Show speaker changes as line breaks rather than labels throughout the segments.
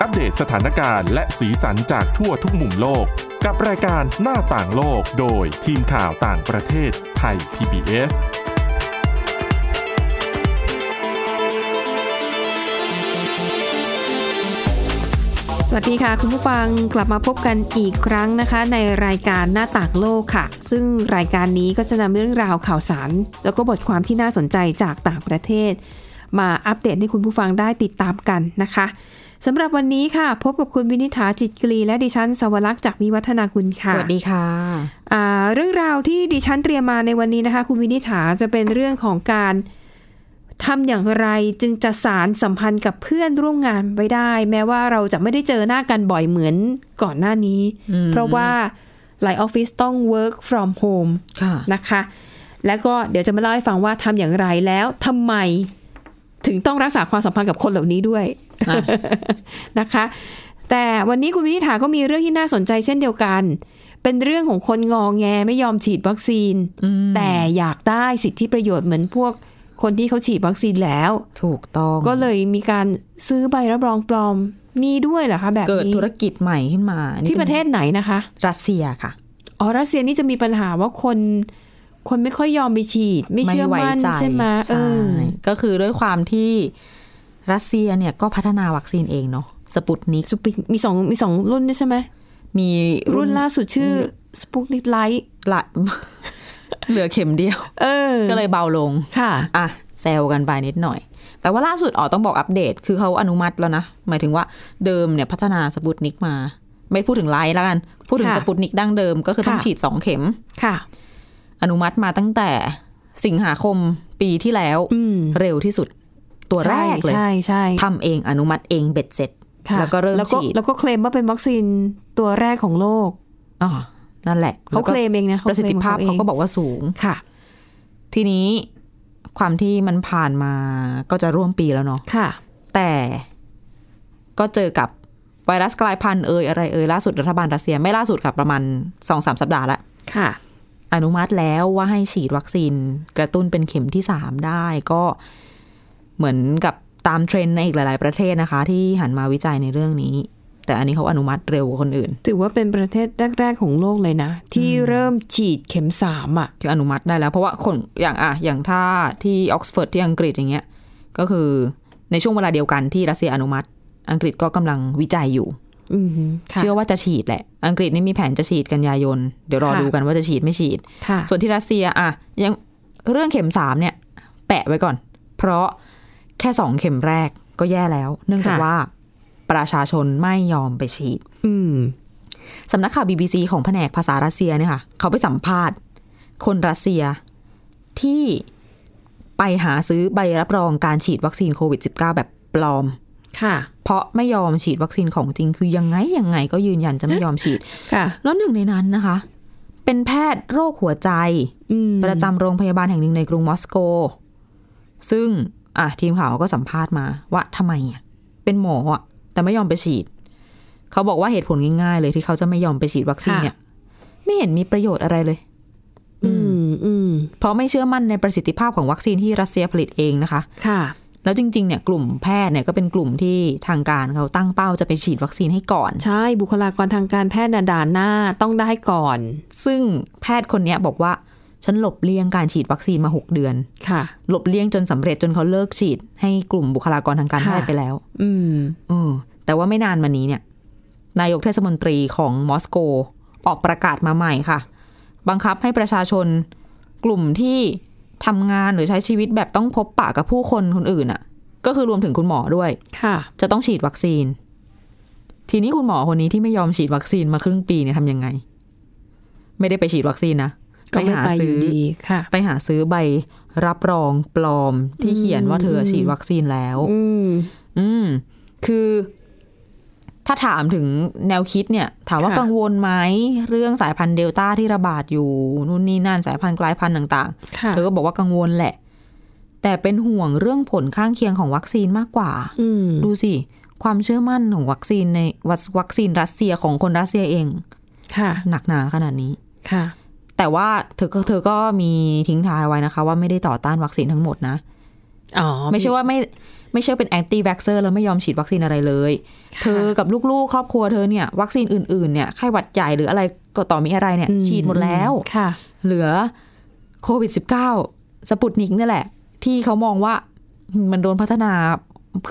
อัปเดตสถานการณ์และสีสันจากทั่วทุกมุมโลก กับรายการหน้าต่างโลกโดยทีมข่าวต่างประเทศไทย PBS
สวัสดีค่ะ คุณผู้ฟังกลับมาพบกันอีกครั้งนะคะ ในรายการหน้าต่างโลกค่ะ ซึ่งรายการนี้ก็จะนำเรื่องราวข่าวสาร แล้วก็บทความที่น่าสนใจจากต่างประเทศ มาอัปเดตให้คุณผู้ฟังได้ติดตามกันนะคะสำหรับวันนี้ค่ะ พบกับคุณวินิษฐาจิตกรีและดิฉันสวรักษ์จากวิวัฒนาคุณค่ะ
สวัสดีค่ะ
อ่าเรื่องราวที่ดิฉันเตรียมมาในวันนี้นะคะ คุณวินิษฐาจะเป็นเรื่องของการทำอย่างไรจึงจะสารสัมพันธ์กับเพื่อนร่วมงานไว้ได้ แม้ว่าเราจะไม่ได้เจอหน้ากันบ่อยเหมือนก่อนหน้านี้ เพราะว่าหลายออฟฟิศต้อง work from home
ค่ะ
นะคะ และก็เดี๋ยวจะมาเล่าให้ฟังว่าทำอย่างไรแล้วทำไมถึงต้องรักษาความสัมพันธ์กับคนเหล่านี้ด้วย
อ่ะ
นะคะ แต่วันนี้คุณวินิฐาก็มีเรื่องที่น่าสนใจเช่นเดียวกัน เป็นเรื่องของคนงองแงไม่ยอมฉีดวัคซีน แต่อยากได้สิทธิประโยชน์เหมือนพวกคนที่เขาฉีดวัคซีนแล้ว
ถูกต้อง
ก็เลยมีการซื้อใบรับรองปลอมมีด้วยเหรอคะแบบ
เกิด
นี้
ธุรกิจใหม่ขึ้นมาอันนี้
ที่ประเทศไหนนะคะ
รัสเซียค่ะ
อ๋อรัสเซียนี่จะมีปัญหาว่าคนคนไม่ค่อยยอมไปฉีด ไม่เชื่อมั่น
ไว้ใจ
ใช่ไหมเอ
ใช่
อ
ก็คือด้วยความที่รัสเซียเนี่ยก็พัฒนาวัคซีนเองเนาะสปุตนิก
สปุกมีสองมีสองรุ่นด้วยใช่ไหม
มี
รุ่นล่าสุดชื่อสปุกนิ l ไลท์
ละ เหลือเข็มเดียว
เออ
ก็เลยเบาลง
ค่ะ
อ่ะแซวกันไปนิดหน่อย แต่ว่าล่าสุดอ๋อต้องบอกอัปเดต คือเขาอนุมัติแล้วนะ หมายถึงว่าเดิมเนี่ยพัฒนาสปุตนิกมา ไม่พูดถึงไลท์แล้วกัน พูดถึง
ค่ะ
สปุตนิกดั้งเดิมก็คือต้อง
ค่ะ
ฉีดสองเข็ม
ค่ะ
อนุมัติมาตั้งแต่สิงหาคมปีที่แล้ว
อืม
เร็วที่สุด ตัวแรกเลย
ใช่ใช่ใช่
ทำเองอนุมัติเองเบ็ดเสร็จ
ค่ะ
แล้วก็เริ่ม
แล้วก็
ฉีด
แล้วก็เคลมว่าเป็นวัคซีนตัวแรกของโลก
อ๋อนั่นแหละ
เขาเคลมเองนะ
ประสิทธิภาพเขา
บ
ก็
อก
บอกว่าสูง
ค่ะ
ทีนี้ความที่มันผ่านมาก็จะร่วมปีแล้วเนาะ
ค่ะ
แต่ก็เจอกับไวรัสกลายพันธุ์เอยอะไรเอยล่าสุดรัฐบาลรัสเซียไม่ล่าสุดค่ะประมาณสองสามสัปดาห์ละ
ค่ะ
อนุมัติแล้วว่าให้ฉีดวัคซีนกระตุ้นเป็นเข็มที่สามได้ก็เหมือนกับตามเทรนด์ในอีกหลาย ๆ ประเทศนะคะ ที่หันมาวิจัยในเรื่องนี้ แต่อันนี้เขาอนุมัติเร็วกว่าคนอื่น
ถือว่าเป็นประเทศแรก ๆ ของโลกเลยนะ ที่เริ่มฉีดเข็มสามอ่ะ
คืออนุมัติได้แล้ว เพราะว่าคนอย่างอ่ะอย่างถ้าที่ออกซฟอร์ดที่อังกฤษอย่างเงี้ยก็คือในช่วงเวลาเดียวกันที่รัสเซียอนุมัติ อังกฤษก็กำลังวิจัยอยู่
อืมค่ะ
เชื่อว่าจะฉีดแหละ อังกฤษนี่มีแผนจะฉีดกันยายน เดี๋ยวรอ
ค่ะ
ดูกันว่าจะฉีดไม่ฉีด
ค่ะ
ส่วนที่รัสเซียอ่ะยังเรื่องเข็มสามเนี่ย แปะไว้ก่อน เพราะแค่สองเข็มแรกก็แย่แล้ว เนื่องจาก
ค่ะ
ว่าประชาชนไม่ยอมไปฉีด
อืม
สำนักข่าว BBC ของแผนกภาษารัสเซียเนี่ยค่ะ เขาไปสัมภาษณ์ คนรัสเซียที่ไปหาซื้อใบรับรองการฉีดวัคซีนโควิด -19 แบบปลอม
ค่ะ
เพราะไม่ยอมฉีดวัคซีนของจริง คือยังไง ยังไงก็ยืนยันจะไม่ยอมฉีด
ค่ะ
แล้วหนึ่งในนั้นนะคะ เป็นแพทย์โรคหัวใจ
อืม
ประจำโรงพยาบาลแห่งหนึ่งในกรุงมอสโก ซึ่งอ่ะทีมข่าวก็สัมภาษณ์มาว่าทำไมอ่ะเป็นหมออ่ะแต่ไม่ยอมไปฉีด เขาบอกว่าเหตุผลง่ายๆ เลยที่เขาจะไม่ยอมไปฉีดวัคซีนเนี่ย ไม่เห็นมีประโยชน์อะไรเลย
อืมอืม
เพราะไม่เชื่อมั่นในประสิทธิภาพของวัคซีนที่รัสเซียผลิตเองนะคะ
ค่ะ
แล้วจริงๆเนี่ยกลุ่มแพทย์เนี่ยก็เป็นกลุ่มที่ทางการเขาตั้งเป้าจะไปฉีดวัคซีนให้ก่อน
ใช่บุคลากรทางการแพทย์น่ะด่านหน้าต้องได้ก่อน
ซึ่งแพทย์คนเนี้ยบอกว่าฉันหลบเลี่ยงการฉีดวัคซีนมาหกเดือน
ค่ะ
หลบเลี่ยงจนสำเร็จจนเขาเลิกฉีด ให้กลุ่มบุคลากรทางการแพทย์
ค่ะ
ไปแล้ว
อืม
เออแต่ว่าไม่นานมานี้เนี่ย นายกเทศมนตรีของมอสโก ออกประกาศมาใหม่ค่ะ บังคับให้ประชาชนกลุ่มที่ทำงานหรือใช้ชีวิตแบบต้องพบปะกับผู้คนคนอื่นอ่ะ ก็คือรวมถึงคุณหมอด้วย
ค่ะ
จะต้องฉีดวัคซีน ทีนี้คุณหมอคนนี้ที่ไม่ยอมฉีดวัคซีนมาครึ่งปีเนี่ยทำยังไง ไม่ได้ไปฉีดวัคซีนนะ
ก็ไม่
หา
ไปอ
ซื้
ยู่
อ
ดีค่ะ
ไปหาซื้อใบรับรองปลอมที่เขียนว่าเธอฉีดวัคซีนแล้ว
อืม
อืม คือ ถ้าถามถึงแนวคิดเนี่ย ถามว่า
ค่ะ
กังวลไหมเรื่องสายพันธุ์เดลต้าที่ระบาดอยู่นู่นนี่นั่นสายพันธุ์กลายพันธุ์ต่าง
ค่ะ
ๆ เธอก็บอกว่ากังวลแหละ แต่เป็นห่วงเรื่องผลข้างเคียงของวัคซีนมากกว่า
อืม
ดูสิ ความเชื่อมั่นของวัคซีนในวัควัคซีนรัสเซียของคนรัสเซียเอง
ค่ะ
หนักหนาขนาดนี้
ค่ะ
แต่ว่าเธอก็เธอก็มีทิ้งท้ายไว้นะคะ ว่าไม่ได้ต่อต้านวัคซีนทั้งหมดนะ
อ๋อ
ไม่ใช่ว่าไม่ ไม่ใช่เป็นแอนตี้วัคเซอร์แล้วไม่ยอมฉีดวัคซีนอะไรเลย
ค่ะ
เธอกับลูกๆ ครอบครัวเธอเนี่ยวัคซีนอื่นๆเนี่ยไข้หวัดใหญ่หรืออะไรก็ต่อมีอะไรเนี่ย
อืม
ฉีดหมดแล้ว
ค่ะ
เหลือโควิด -19 สปุตนิกนี่แหละ ที่เขามองว่ามันโดนพัฒนา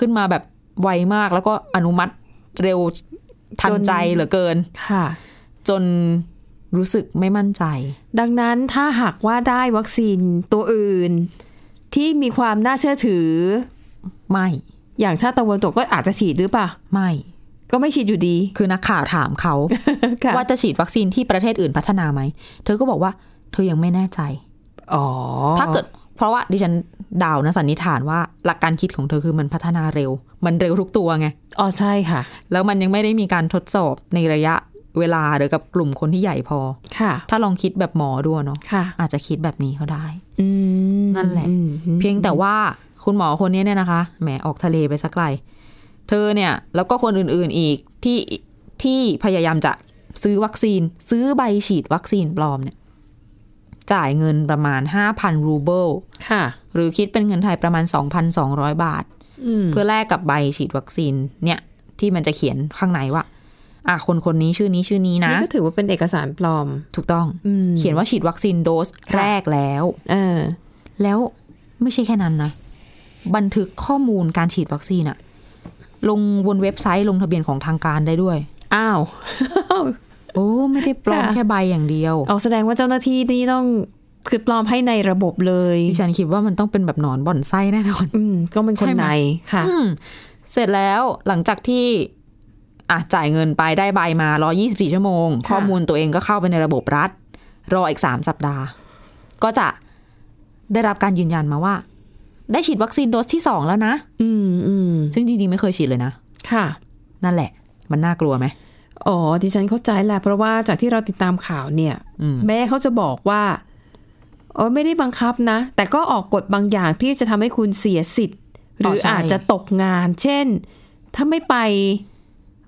ขึ้นมาแบบไวมาก แล้วก็อนุมัติเร็วทันใจ
จน
เหลือเกิน
ค่ะ
จนรู้สึกไม่มั่นใจ
ดังนั้นถ้าหากว่าได้วัคซีนตัวอื่น ที่มีความน่าเชื่อถือ
ไม่
อย่างชาติตะวันตกก็อาจจะฉีดหรือเปล่า
ไม่
ก็ไม่ฉีดอยู่ดี
คือนักข่าวถามเขา
ค่ะ
ว่าจะฉีดวัคซีนที่ประเทศอื่นพัฒนาไหม เธอก็บอกว่าเธอยังไม่แน่ใจ
อ๋อ
ถ้าเกิด เพราะว่าดิฉันเดาวนะสันนิษฐานว่าหลักการคิดของเธอคือมันพัฒนาเร็ว มันเร็วทุกตัวไง
อ๋อใช่ค่ะ
แล้วมันยังไม่ได้มีการทดสอบในระยะเวลาหรือกับกลุ่มคนที่ใหญ่พอ
ค่ะ
ถ้าลองคิดแบบหมอด้วยเนาะ
ค่ะ
อาจจะคิดแบบนี้ก็ได้
อืม
นั่นแหละ
อืม
เพียงแต่ว่าคุณหมอคนนี้เนี่ยนะคะแหมออกทะเลไปสักไกล เธอเนี่ย แล้วก็คนอื่นๆอีกที่ที่พยายามจะซื้อวัคซีน ซื้อใบฉีดวัคซีนปลอมเนี่ย จ่ายเงินประมาณ 5,000 รูเบิล
ค่ะ
หรือคิดเป็นเงินไทยประมาณ 2,200 บาท
อืม
เพื่อแลกกับใบฉีดวัคซีนเนี่ย ที่มันจะเขียนข้างในว่า อ่ะคนคนนี้ชื่อนี้ชื่อนี้นะ
นี่ก็ถือว่าเป็นเอกสารปลอม
ถูกต้อง
อืม
เขียนว่าฉีดวัคซีนโดส
ค่ะ
แรกแล้ว
เออ
แล้วไม่ใช่แค่นั้นนะ บันทึกข้อมูลการฉีดวัคซีนอะลงบนเว็บไซต์ลงทะเบียนของทางการได้ด้วย
อ้าว
โอ้ไม่ได้ปลอม
ค่ะ
แค่ใบอย่างเดียว
เอาแสดงว่าเจ้าหน้าที่นี่ต้องคือปลอมให้ในระบบเลย
ดิฉันคิดว่ามันต้องเป็นแบบหนอนบ่อนไส้แน่นอน
อืม ก็เป็นคน
ใช่ไหม
ในค่ะ
อืมเสร็จแล้วหลังจากที่อ่ะจ่ายเงินไปได้ใบมารอ 24 ชั่วโมง
ค่ะ
ข้อมูลตัวเองก็เข้าไปในระบบรัฐ รออีก 3 สัปดาห์ ก็จะได้รับการยืนยันมาว่า ได้ฉีดวัคซีนโดสที่ 2 แล้วนะ
อืมอืม
ซึ่งจริงๆ ไม่เคยฉีดเลยนะ
ค่ะ
นั่นแหละ มันน่ากลัวไหม
อ๋อดิฉันเข้าใจแหละเพราะว่าจากที่เราติดตามข่าวเนี่ย
อืม
แม่เขาจะบอกว่าเออไม่ได้บังคับนะ แต่ก็ออกกฎบางอย่างที่จะทำให้คุณเสียสิทธิ์ หรืออาจจะตกงาน เช่น ถ้าไม่ไป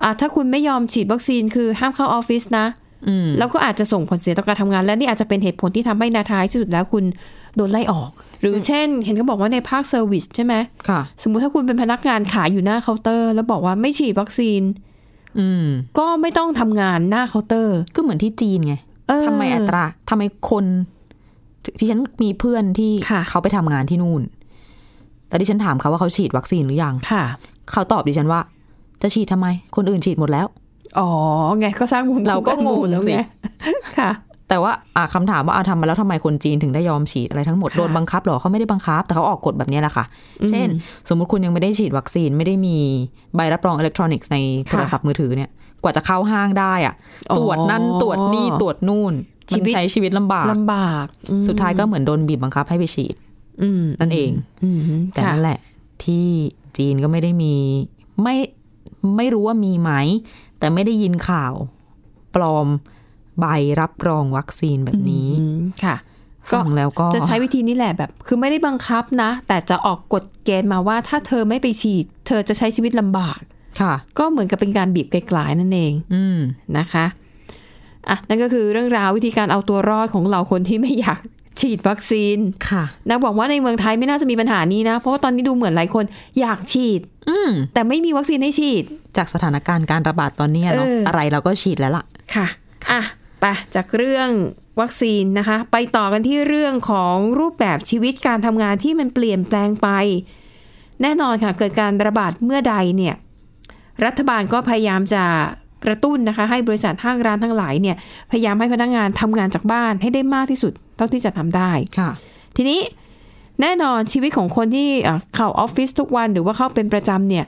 อ่ะถ้าคุณไม่ยอมฉีดวัคซีนคือห้ามเข้าออฟฟิศนะ
อืม
แล้วก็อาจจะส่งผลเสียต่อการทำงาน และนี่อาจจะเป็นเหตุผลที่ทำให้นาท้ายที่สุดแล้วคุณโดนไล่ออก หรือเช่น เห็นเขาบอกว่าในภาคเซอร์วิสใช่ไหม
ค่ะ
สมมุติถ้าคุณเป็นพนักงานขายอยู่หน้าเคาน์เตอร์ แล้วบอกว่าไม่ฉีดวัคซีน
อืม
ก็ไม่ต้องทำงานหน้าเคาน์เตอร์
ก็เหมือนที่จีนไง
เออ
ทำไมอัตรา ทำไมคนที่ฉันมีเพื่อนที่
ค่ะ
เขาไปทำงานที่นู่น แล้วดิฉันถามเขาว่าเขาฉีดวัคซีนหรือยัง
ค่ะ
เขาตอบดิฉันว่า จะฉีดทำไม คนอื่นฉีดหมดแล้ว
อ๋อ ไงก็สร้างมุม
เราก็งง
แล้ว
สิ
ไง ค่ะ
แต่ว่าอ่ะคำถามว่าเอาทำมาแล้วทำไมคนจีนถึงได้ยอมฉีดอะไรทั้งหมด
ค่ะ
โดนบังคับเหรอเขาไม่ได้บังคับ แต่เขาออกกฎแบบนี้แหละค่ะ เช่น สมมุติคุณยังไม่ได้ฉีดวัคซีนไม่ได้มีใบรับรองอิเล็กทรอนิกส์ในโทรศัพท์มือถือเนี่ย กว่าจะเข้าห้างได้อะ
อ๋อ
ตรวจนั่นตรวจนี่ตรวจนู่น
ชี
มัน
วิต
ใช้ชีวิตลำบาก
ลำบากอืม
สุดท้ายก็เหมือนโดนบีบบังคับให้ไปฉีด
อืม
นั่นเอง
อืม
แต่
ค่ะ
นั่นแหละที่จีนก็ไม่ได้มีไม่ไม่รู้ว่ามีไหม แต่ไม่ได้ยินข่าวปลอมใบรับรองวัคซีนแบบนี้
อืมค่ะ
ฟังแล้วก็
จะใช้วิธีนี้แหละแบบ คือไม่ได้บังคับนะ แต่จะออกกฎเกณฑ์มาว่าถ้าเธอไม่ไปฉีด เธอจะใช้ชีวิตลำบาก
ค่ะ
ก็เหมือนกับเป็นการบีบไกลๆนั่นเอง
อืม
นะคะอ่ะนั่นก็คือเรื่องราววิธีการเอาตัวรอดของเราคนที่ไม่อยากฉีดวัคซีน
ค่ะ
นะหวังว่าในเมืองไทยไม่น่าจะมีปัญหานี้นะ เพราะว่าตอนนี้ดูเหมือนหลายคนอยากฉีด
อืม
แต่ไม่มีวัคซีนให้ฉีด
จากสถานการณ์การระบาดตอนเนี้ยเนาะ
เอออ
อะไรเราก็ฉีดแล้วล่ะ
ค่ะ อ่ะ ไป จากเรื่องวัคซีนนะคะ ไปต่อกันที่เรื่องของรูปแบบชีวิตการทำงานที่มันเปลี่ยนแปลงไป แน่นอนค่ะ เกิดการระบาดเมื่อใดเนี่ย รัฐบาลก็พยายามจะกระตุ้นนะคะ ให้บริษัทห้างร้านทั้งหลายเนี่ย พยายามให้พนักงานทำงานจากบ้านให้ได้มากที่สุดเท่าที่จะทำได้
ค่ะ
ทีนี้แน่นอนชีวิตของคนที่เอ่อเข้าออฟฟิศทุกวันหรือว่าเข้าเป็นประจำเนี่ย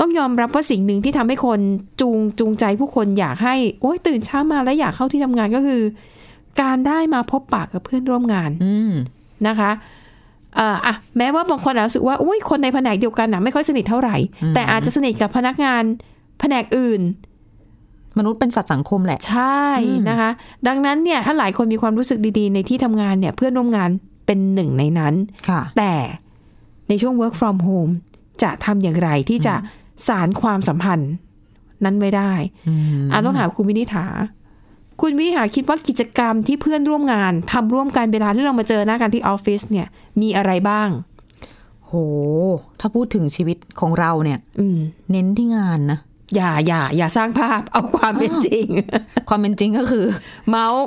ต้องยอมรับว่าสิ่งหนึ่งที่ทำให้คนจูงจูงใจผู้คนอยากให้โอ้ยตื่นเช้ามาแล้วอยากเข้าที่ทำงานก็คือ การได้มาพบปะกับเพื่อนร่วมงาน
อืม
นะคะเอ่ออ่ะแม้ว่าบางคนอาจจะรู้สึกว่าอุ้ยคนในแผนกเดียวกันนะไม่ค่อยสนิทเท่าไหร่ แต่อาจจะสนิทกับพนักงานแผนกอื่น
มนุษย์เป็นสัตว์สังคมแหละ
ใช่นะคะ ดังนั้นเนี่ยถ้าหลายคนมีความรู้สึกดีๆ ในที่ทำงานเนี่ยเพื่อนร่วมงานเป็นหนึ่งในนั้น
ค่ะ
แต่ในช่วง work from home จะทำอย่างไรที่จะสารความสัมพันธ์นั้นไว้ได้
อืม
อ่ะต้องถามคุณวินิษฐา คุณวินิษฐาคิดว่ากิจกรรมที่เพื่อนร่วมงานทำร่วมกันเวลาที่เรามาเจอหน้ากันที่ออฟฟิศเนี่ยมีอะไรบ้าง
โห โห ถ้าพูดถึงชีวิตของเราเนี่ย
อืม
เน้นที่งานนะ
อย่าอย่าอย่าสร้างภาพ เอาความเป็นจริ ง
ความเป็นจริงก็คือ
เมาส์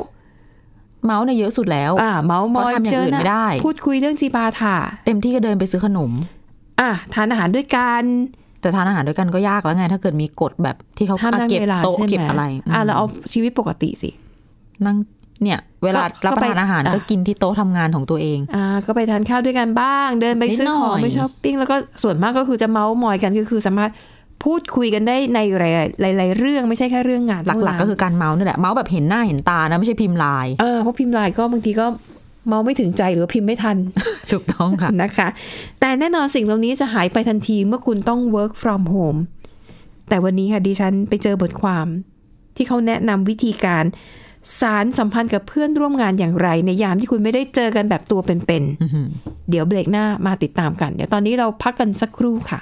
เมาส์เนี่ยเยอะสุดแล้ว
อ่า เมาส์มอย
เพราะทำอย่าง
เจอ
อื่น
ห
ไม่ได้
น้าพูดคุยเรื่องจีบาถา
เต็มที่ก็เดินไปซื้อขนม
อ่ะทานอาหารด้วยกัน
แต่ทานอาหารด้วยกันก็ยากแล้วไง ถ้าเกิดมีกฎแบบที่เขา
ห้าม
อ่ะ
นั่ง
เก็บ
เวลา
โต๊ะ
ใช่ไหม
เก็บอะไรม
อ่ะเราเอาชีวิตปกติสิ
นั่งเนี่ย เวลา
ก็
รับป
ก็
ระทาน
ไป
อาหาร
อ่ะ
ก็กินที่โต๊ะทำงานของตัวเอง
อ่าก็ไปทานข้าวด้วยกันบ้าง เดินไป
นิด
ซื้อขอ
หน่
ง
อย
ไปช้อปปิ้งแล้วก็ส่วนมากก็คือจะเมาส์มอยกันก็คือสามารถพูดคุยกันได้ในหลายๆหลาย ๆ เรื่องไม่ใช่แค่เรื่องงาน
หลักๆ ก็คือการเมาส์นี่แหละ เมาส์แบบเห็นหน้าเห็นตานะไม่ใช่พิมพ์ไลน์
เออเพราะพิมพ์ไลน์ก็บางทีก็เมาส์ไม่ถึงใจหรือว่าพิมพ์ไม่ทัน
ถูกต้องค่ะ
นะคะ แต่แน่นอนสิ่งเหล่านี้จะหายไปทันทีเมื่อคุณต้อง work from home แต่วันนี้ค่ะดิฉันไปเจอบทความ ที่เขาแนะนำวิธีการสารสัมพันธ์กับเพื่อนร่วมงานอย่างไร ในยามที่คุณไม่ได้เจอกันแบบตัวเป็น
อื้อหือ
ๆ เดี๋ยวเบรกหน้ามาติดตามกัน เดี๋ยวตอนนี้เราพักกันสักครู่ค่ะ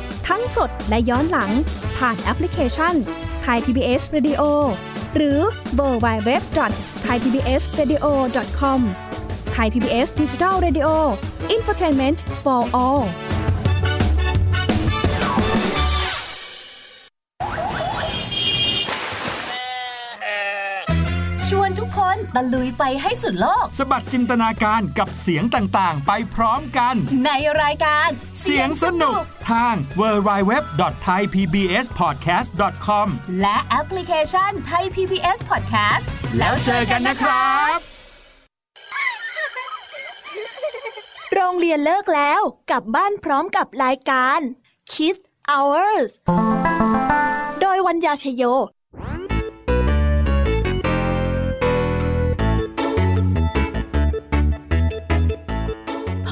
ๆ ทั้งสดและย้อนหลัง ผ่านแอปพลิเคชันไทย PBS Radio หรือเวอร์ไบเว็บไทยพีบีเอสเรดิโอคอมไทยพีบีเอสดิจิทัลเรดิโออินฟอร์ทนเมนต์ for all
ชวนทุกคนตะลุยไปให้สุดโลก
สะบัดจินตนาการกับเสียงต่างๆ ไปพร้อมกัน
ในรายการ
เสียงสนุกทาง www.thaipbspodcast.com
และแอปพลิเคชันไทย PBS Podcast แล้วเจอกันนะครับ
โรงเรียนเลิกแล้วกลับบ้านพร้อมกับรายการ Kids Hours โดยวัญญาชยโย
พ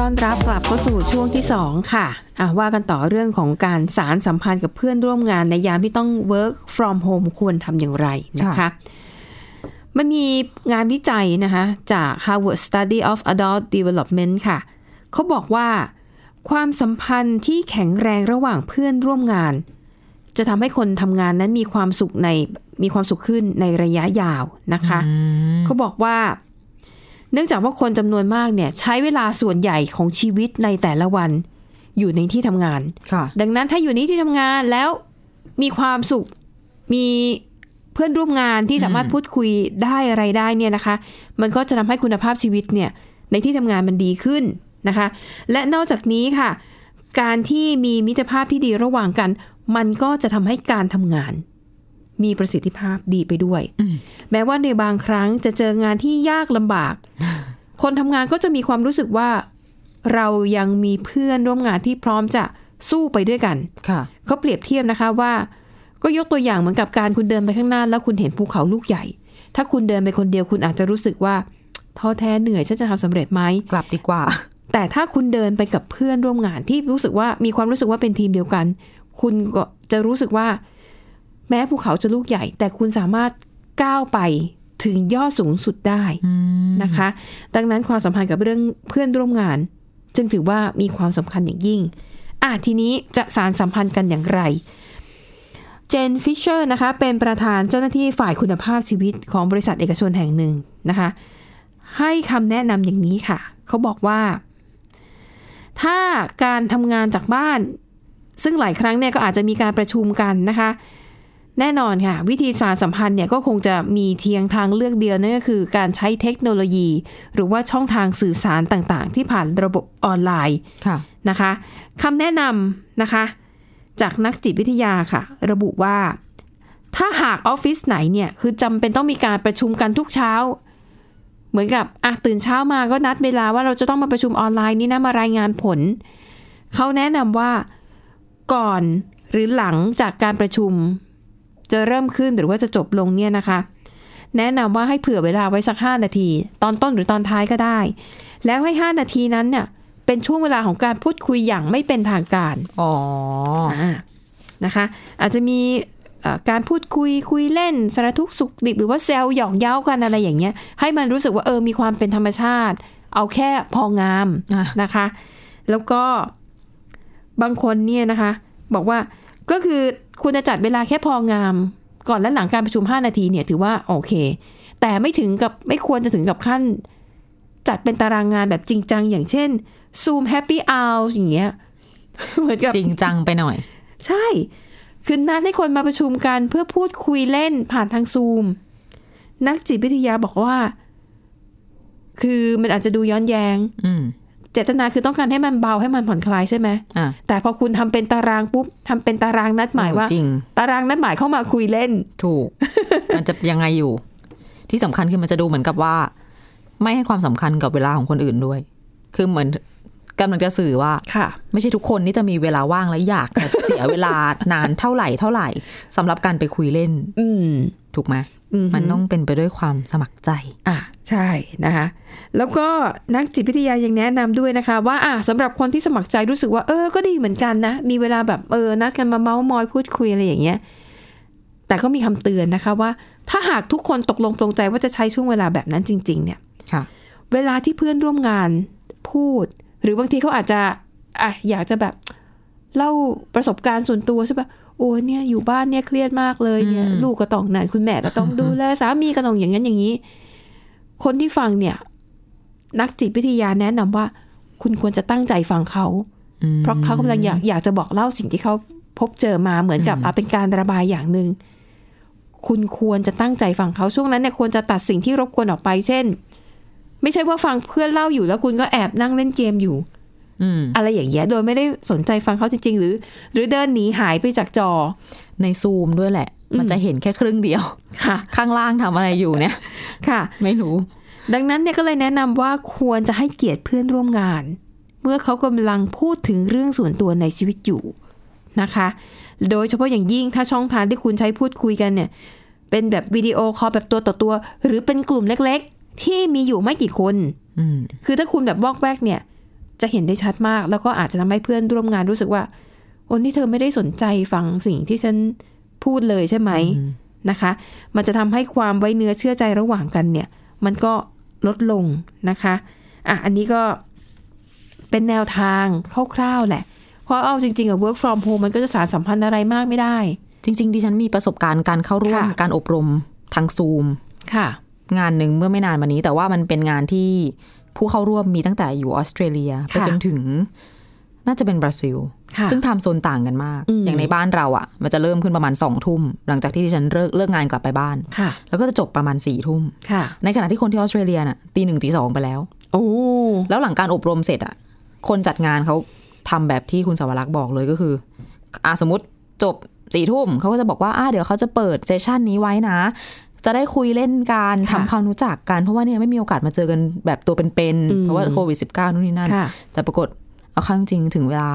ต้อนรับกลับเข้าสู่ช่วงที่ 2 ค่ะอ่ะ ว่ากันต่อเรื่องของการสารสัมพันธ์กับเพื่อนร่วมงานในยามที่ต้อง work from home ควรทำอย่างไรนะคะ
ค่ะ
มันมีงานวิจัยนะคะจาก Harvard Study of Adult Development ค่ะ เขาบอกว่าความสัมพันธ์ที่แข็งแรงระหว่างเพื่อนร่วมงาน จะทำให้คนทำงานนั้นมีความสุขในมีความสุขขึ้นในระยะยาวนะคะ เขาบอกว่า เนื่องจากว่าคนจำนวนมากเนี่ยใช้เวลาส่วนใหญ่ของชีวิตในแต่ละวัน อยู่ในที่ทำงาน
ค่ะ
ดังนั้นถ้าอยู่ในที่ทำงานแล้วมีความสุขมีเพื่อนร่วมงานที่สามารถพูดคุยได้อะไรได้เนี่ยนะคะ มันก็จะทำให้คุณภาพชีวิตเนี่ยในที่ทำงานมันดีขึ้นนะคะ และนอกจากนี้ค่ะ การที่มีมิตรภาพที่ดีระหว่างกัน มันก็จะทำให้การทำงาน มีประสิทธิภาพดีไปด้วย แม้ว่าในบางครั้งจะเจองานที่ยากลำบาก คนทำงานก็จะมีความรู้สึกว่า เรายังมีเพื่อนร่วมงานที่พร้อมจะสู้ไปด้วยกัน
ค่ะ
เขาเปรียบเทียบนะคะว่า ก็ยกตัวอย่างเหมือนกับการคุณเดินไปข้างหน้า แล้วคุณเห็นภูเขาลูกใหญ่ ถ้าคุณเดินไปคนเดียวคุณอาจจะรู้สึกว่าท้อแท้เหนื่อยฉันจะทำสำเร็จไหม
กลับดีกว่า
แต่ถ้าคุณเดินไปกับเพื่อนร่วมงานที่รู้สึกว่ามีความรู้สึกว่าเป็นทีมเดียวกัน คุณก็จะรู้สึกว่า แม้ภูเขาจะลูกใหญ่ แต่คุณสามารถก้าวไปถึงยอดสูงสุดได้นะคะ ดังนั้นความสัมพันธ์กับเรื่องเพื่อนร่วมงาน จึงถือว่ามีความสำคัญอย่างยิ่งอ่ะทีนี้จะสารสัมพันธ์กันอย่างไร เจนฟิชเชอร์นะคะ เป็นประธานเจ้าหน้าที่ฝ่ายคุณภาพชีวิตของบริษัทเอกชนแห่งหนึ่งนะคะ ให้คำแนะนำอย่างนี้ค่ะ เขาบอกว่า ถ้าการทำงานจากบ้าน ซึ่งหลายครั้งเนี่ยก็อาจจะมีการประชุมกันนะคะ แน่นอนค่ะ วิธีสารสัมพันธ์เนี่ยก็คงจะมีเทียงทางเลือกเดียวนั่นก็คือการใช้เทคโนโลยี หรือว่าช่องทางสื่อสารต่างๆ ที่ผ่านระบบออนไลน์
ค่ะ
นะคะคำแนะนำนะคะ จากนักจิตวิทยาค่ะ ระบุว่า ถ้าหากออฟฟิศไหนเนี่ย คือจำเป็นต้องมีการประชุมกันทุกเช้า เหมือนกับอ่ะตื่นเช้ามาก็นัดเวลาว่าเราจะต้องมาประชุมออนไลน์นี่นะมารายงานผล เขาแนะนำว่าก่อนหรือหลังจากการประชุม จะเริ่มขึ้นหรือว่าจะจบลงเนี่ยนะคะ แนะนำว่าให้เผื่อเวลาไว้สัก 5 นาที ตอนต้นหรือตอนท้ายก็ได้ แล้วให้ 5 นาทีนั้นเนี่ยเป็นช่วงเวลาของการพูดคุยอย่างไม่เป็นทางการ
อ๋อ
านะคะ อาจจะมีเอ่อการพูดคุยคุยเล่นสารทุกข์สุขดิบหรือว่าแซวหยอกเย้ากันอะไรอย่างเงี้ย ให้มันรู้สึกว่าเออมีความเป็นธรรมชาติ เอาแค่พองาม
อ่ะ
นะคะ แล้วก็บางคนเนี่ยนะคะ บอกว่าก็คือควรจะจัดเวลาแค่พองาม ก่อนและหลังการประชุม 5 นาทีเนี่ยถือว่าโอเค แต่ไม่ถึงกับไม่ควรจะถึงกับขั้น จัดเป็นตารางงานแบบจริงจัง อย่างเช่น Zoom Happy Hour อย่างเงี้ย เหมือนกับ
จริงจังไปหน่อย
ใช่ คือนัดให้คนมาประชุมกันเพื่อพูดคุยเล่นผ่านทางซูม นักจิตวิทยาบอกว่า คือมันอาจจะดูย้อนแยง้ง
อืม
เจตนาคือต้องการให้มันเบาให้มันผ่อนคลายใช่ไหม
อ่ะ
แต่พอคุณทำเป็นตารางปุ๊บทำเป็นตารางนัดหมายว่า
จริง
ตารางนัดหมายเข้ามาคุยเล่น
ถูก มันจะยังไงอยู่ ที่สำคัญคือมันจะดูเหมือนกับว่า ไม่ให้ความสำคัญกับเวลาของคนอื่นด้วย คือเหมือนกำลังจะสื่อว่า
ค่ะ
ไม่ใช่ทุกคนที่จะมีเวลาว่างและอยาก จะเสียเวลานานเท่าไหร่เท่าไหร่สำหรับการไปคุยเล่น
อืม
ถูกไหม
อือฮึ
มันต้องเป็นไปด้วยความสมัครใจ
อ่ะใช่นะคะ แล้วก็นักจิตวิทยายังแนะนำด้วยนะคะ ว่าอ่ะสำหรับคนที่สมัครใจรู้สึกว่าเออก็ดีเหมือนกันนะ มีเวลาแบบเออนัดกันมาเมาส์มอยพูดคุยอะไรอย่างเงี้ย แต่ก็มีคำเตือนนะคะว่า ถ้าหากทุกคนตกลงปรงใจว่าจะใช้ช่วงเวลาแบบนั้นจริง ๆ เนี่ย
ค่ะ
เวลาที่เพื่อนร่วมงานพูด หรือบางทีเขาอาจจะอ่ะอยากจะแบบเล่าประสบการณ์ส่วนตัวใช่ปะโอ้ยเนี่ยอยู่บ้านเนี่ยเครียดมากเลยเนี่ย
อืม
ลูกก็ต้องนั่นคุณแม่ก็ต้องดูแล สามีก็ต้องอย่างนั้นอย่างนี้ คนที่ฟังเนี่ย นักจิตวิทยาแนะนำว่า คุณควรจะตั้งใจฟังเขา
อืม
เพราะเขากำลังอยากอยากจะบอกเล่าสิ่งที่เขาพบเจอมาเหมือนกับอ่ะเป็นการระบายอย่างหนึ่งคุณควรจะตั้งใจฟังเขาช่วงนั้นเนี่ยควรจะตัดสิ่งที่รบกวนออกไป เช่น ไม่ใช่ว่าฟังเพื่อนเล่าอยู่แล้วคุณก็แอบนั่งเล่นเกมอยู่
อืม
อะไรอย่างเงี้ยโดยไม่ได้สนใจฟังเขาจริงๆ หรือ หรือเดินหนีหายไปจากจอ
ในซูมด้วยแหละ
อืม
มันจะเห็นแค่ครึ่งเดียว
ค่ะ
ข้างล่างทำอะไรอยู่เนี่ย
ค่ะ
ไม่รู้
ดังนั้นเนี่ยก็เลยแนะนำว่าควรจะให้เกียรติเพื่อนร่วมงาน เมื่อเขากำลังพูดถึงเรื่องส่วนตัวในชีวิตอยู่นะคะ โดยเฉพาะอย่างยิ่งถ้าช่องทางที่คุณใช้พูดคุยกันเนี่ย เป็นแบบวิดีโอคอลแบบตัวต่อตัว หรือเป็นกลุ่มเล็กๆ ที่มีอยู่ไม่กี่คน
อืม
คือถ้าคุณแบบวอกแวกเนี่ย จะเห็นได้ชัดมาก แล้วก็อาจจะทำให้เพื่อนร่วมงานรู้สึกว่าโอ้นี่เธอไม่ได้สนใจฟังสิ่งที่ฉันพูดเลยใช่ไหมนะคะ มันจะทำให้ความไว้เนื้อเชื่อใจระหว่างกันเนี่ย มันก็ลดลงนะคะอ่ะอันนี้ก็เป็นแนวทางคร่าวๆแหละ เพราะเอาจริงๆอะ work from home มันก็จะสารสัมพันธ์อะไรมากไม่ได้
จริง ๆ ดิฉันมีประสบการณ์การเข้าร่วม
ค่ะ
การอบรมทางซูม
ค่ะ
งานหนึ่งเมื่อไม่นานมานี้ แต่ว่ามันเป็นงานที่ผู้เข้าร่วมมีตั้งแต่อยู่ออสเตรเลียไป
ค่ะ
จนถึง น่าจะเป็นบราซิล
ค่ะ
ซึ่งไทำโซนต่างกันมาก
อืม
อย่างในบ้านเราอะ่ะ มันจะเริ่มขึ้นประมาณสองทุ่ม หลังจากที่ดิฉันเลิกเลิกงานกลับไปบ้าน
ค่ะ
แล้วก็จะจบประมาณสี่ทุ่ม
ค่ะ
ในขณะที่คนที่ออสเตรเลียน่ะตีหนึ่งตีสองไปแล้ว
โอ้
แล้วหลังการอบรมเสร็จอ่ะ คนจัดงานเขาทำแบบที่คุณสวรักษ์บอกเลยก็คืออ่ะสมมติจบสี่ทุ่มเขาก็จะบอกว่าอ่ะเดี๋ยวเขาจะเปิดเซสชันนี้ไว้นะ จะได้คุยเล่นกัน
ค่ะ
ทำความรู้จักกัน เพราะว่าเนี่ยไม่มีโอกาสมาเจอกันแบบตัวเป็น
อืม
ๆเพราะว่าโควิด -19 นู่นนี่นั่น
ค่ะ
แต่ปรากฏเอาเข้าจริงๆถึงเวลา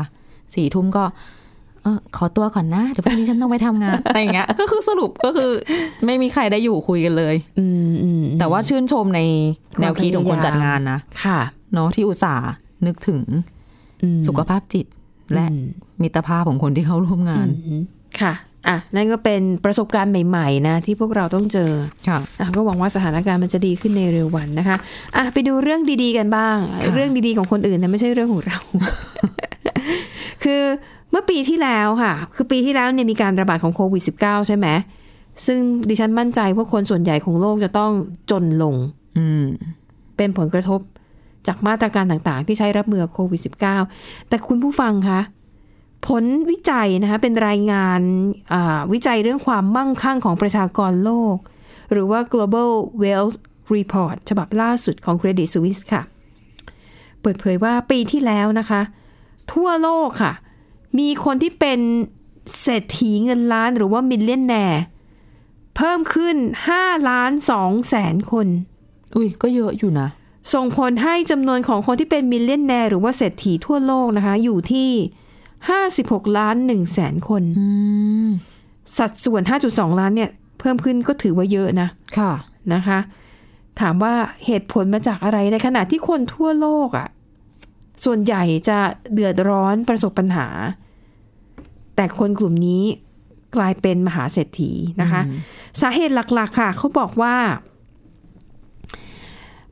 สี่ทุ่มก็ เออขอตัวก่อนนะ เดี๋ยวพรุ่งนี้ฉันต้องไปทำงาน อะไรอย่างเงี้ยก็คือสรุปก็คือไม่มีใครได้อยู่คุยกันเลย
อืมอืม
แต่ว่าชื่นชมในแนวคิดของคนจัดงานนะ
ค่ะ
เนาะที่อุตส่าห์นึกถึง
อืม
สุขภาพจิต และ
อืม
มิตรภาพของคนที่เข้าร่วมงาน
ค่ะ อ่ะ นั่นก็เป็นประสบการณ์ใหม่ ๆ นะ ที่พวกเราต้องเจอ
ค่ะ
อ่ะ ก็หวังว่าสถานการณ์มันจะดีขึ้นในเร็ววันนะคะ อ่ะ ไปดูเรื่องดีๆกันบ้าง
ค่ะ
เรื่องดีๆของคนอื่นนะไม่ใช่เรื่องของเรา คือ มื่อปีที่แล้วค่ะ คือปีที่แล้วเนี่ยมีการระบาดของโควิด -19 ใช่ไหม ซึ่งดิฉันมั่นใจว่าคนส่วนใหญ่ของโลกจะต้องจนลง
อืม
เป็นผลกระทบจากมาตรการต่างๆ ที่ใช้รับมือกับโควิด -19 แต่คุณผู้ฟังคะผลวิจัยนะคะเป็นรายงานอ่าวิจัยเรื่องความมั่งคั่งของประชากรโลก หรือว่า global wealth report ฉบับล่าสุดของ Credit Suisse ค่ะ เปิดเผยว่าปีที่แล้วนะคะ ทั่วโลกค่ะ มีคนที่เป็นเศรษฐีเงินล้านหรือว่ามิลเลนแนร์เพิ่มขึ้น 5 ล้าน2แสนคน
อุ้ยก็เยอะอยู่นะ
ส่งผลให้จำนวนของคนที่เป็นมิลเลนแนร์หรือว่าเศรษฐีทั่วโลกนะคะ อยู่ที่ 56 ล้าน1แสนคน
อืม
สัดส่วน 5.2 ล้านเนี่ย เพิ่มขึ้นก็ถือว่าเยอะนะ
ค่ะ
นะคะ ถามว่าเหตุผลมาจากอะไรในขณะที่คนทั่วโลกอะ่ะ ส่วนใหญ่จะเดือดร้อนประสบปัญหา แต่คนกลุ่มนี้กลายเป็นมหาเศรษฐีนะคะ สาเหตุหลักๆ ค่ะ เขาบอกว่า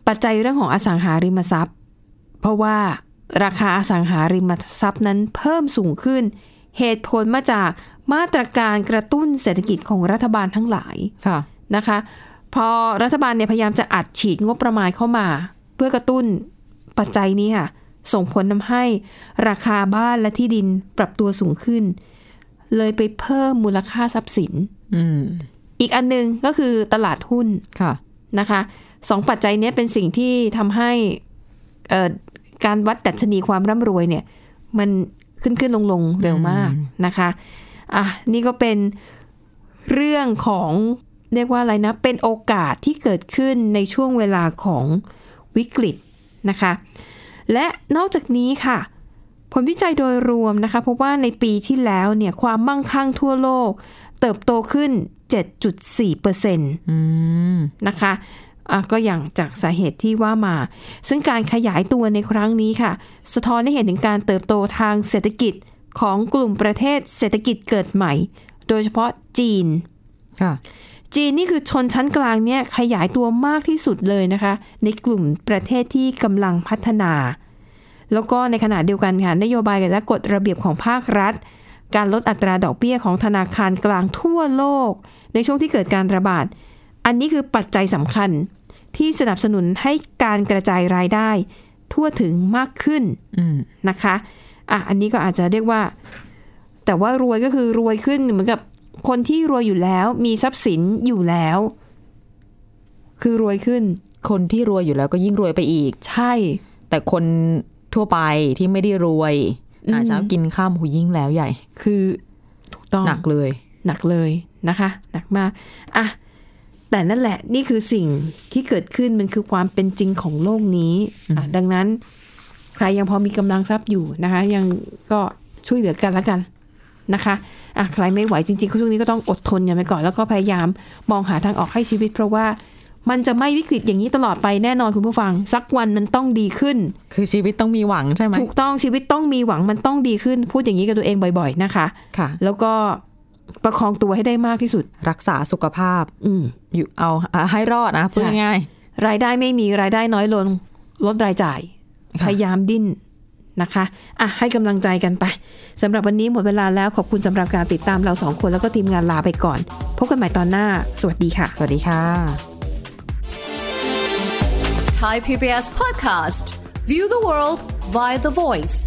ปัจจัยเรื่องของอสังหาริมทรัพย์ เพราะว่าราคาอสังหาริมทรัพย์นั้นเพิ่มสูงขึ้น เหตุผลมาจากมาตรการกระตุ้นเศรษฐกิจของรัฐบาลทั้งหลาย
ค่ะ
นะคะพอรัฐบาลเนี่ยพยายามจะอัดฉีดงบประมาณเข้ามา เพื่อกระตุ้นปัจจัยนี้ค่ะ ส่งผลทำให้ราคาบ้านและที่ดินปรับตัวสูงขึ้น เลยไปเพิ่มมูลค่าทรัพย์สิน
อืม
อีกอันหนึงก็คือตลาดหุ้น
ค่ะ
นะคะสองปัจจัยเนี้ยเป็นสิ่งที่ทำให้เอ่อการวัดดัชนีความร่ำรวยเนี่ยมันขึ้นขึ้นลงลงเร็วมากนะคะอ่ะนี่ก็เป็นเรื่องของเรียกว่าอะไรนะ เป็นโอกาสที่เกิดขึ้นในช่วงเวลาของวิกฤตนะคะ และนอกจากนี้ค่ะ ผลวิจัยโดยรวมนะคะพบว่าในปีที่แล้วเนี่ยความมั่งคั่งทั่วโลก เติบโตขึ้น 7.4%
อืม
นะคะอ่ะก็อย่างจากสาเหตุที่ว่ามา ซึ่งการขยายตัวในครั้งนี้ค่ะ สะท้อนให้เห็นถึงการเติบโตทางเศรษฐกิจของกลุ่มประเทศเศรษฐกิจเกิดใหม่ โดยเฉพาะจีน
ค่ะ
จีนนี่คือชนชั้นกลางเนี่ยขยายตัวมากที่สุดเลยนะคะ ในกลุ่มประเทศที่กำลังพัฒนา แล้วก็ในขณะเดียวกันค่ะนโยบายและกฎระเบียบของภาครัฐ การลดอัตราดอกเบี้ยของธนาคารกลางทั่วโลก ในช่วงที่เกิดการระบาด อันนี้คือปัจจัยสำคัญ ที่สนับสนุนให้การกระจายรายได้ ทั่วถึงมากขึ้น
อืม
นะคะอ่ะอันนี้ก็อาจจะเรียกว่า แต่ว่ารวยก็คือรวยขึ้นเหมือนกับคนที่รวยอยู่แล้วมีทรัพย์สินอยู่แล้ว คือรวยขึ้น
คนที่รวยอยู่แล้วก็ยิ่งรวยไปอีก
ใช่
แต่คนทั่วไปที่ไม่ได้รวย
อืม
หาเช้ากินข้ามหูยิ่งแล้วใหญ่
คือถูกต้อง
หนักเลย
หนักเลยนะคะ หนักมากอ่ะแต่นั่นแหละนี่คือสิ่งที่เกิดขึ้นมันคือความเป็นจริงของโลกนี้อ่ะดังนั้น ใครยังพอมีกำลังทรัพย์อยู่นะคะ ยังก็ช่วยเหลือกันละกันนะคะอ่ะใครไม่ไหวจริงๆช่วงนี้ก็ต้องอดทนอย่างไปก่อน แล้วก็พยายามมองหาทางออกให้ชีวิต เพราะว่ามันจะไม่วิกฤตอย่างนี้ตลอดไปแน่นอนคุณผู้ฟัง สักวันมันต้องดีขึ้น
คือชีวิตต้องมีหวังใช่ไหม
ถูกต้องชีวิตต้องมีหวังมันต้องดีขึ้น พูดอย่างนี้กับตัวเองบ่อย ๆนะคะ
ค่ะ
แล้วก็ประคองตัวให้ได้มากที่สุด
รักษาสุขภาพ
อืม
อยู่เอาอ่ะให้รอดนะพูด
ใช่
ง่าย
รายได้ไม่มีรายได้น้อยลง ลดรายจ่าย พ
ค่ะ
ยายามดิ้นนะคะอ่ะให้กำลังใจกันไปสำหรับวันนี้หมดเวลาแล้วขอบคุณสำหรับการติดตามเราสองคนแล้วก็ทีมงานลาไปก่อน พบกันใหม่ตอนหน้า สวัสดีค่ะ
สวัสดีค่ะ
Thai PBS podcast. View the world via the voice.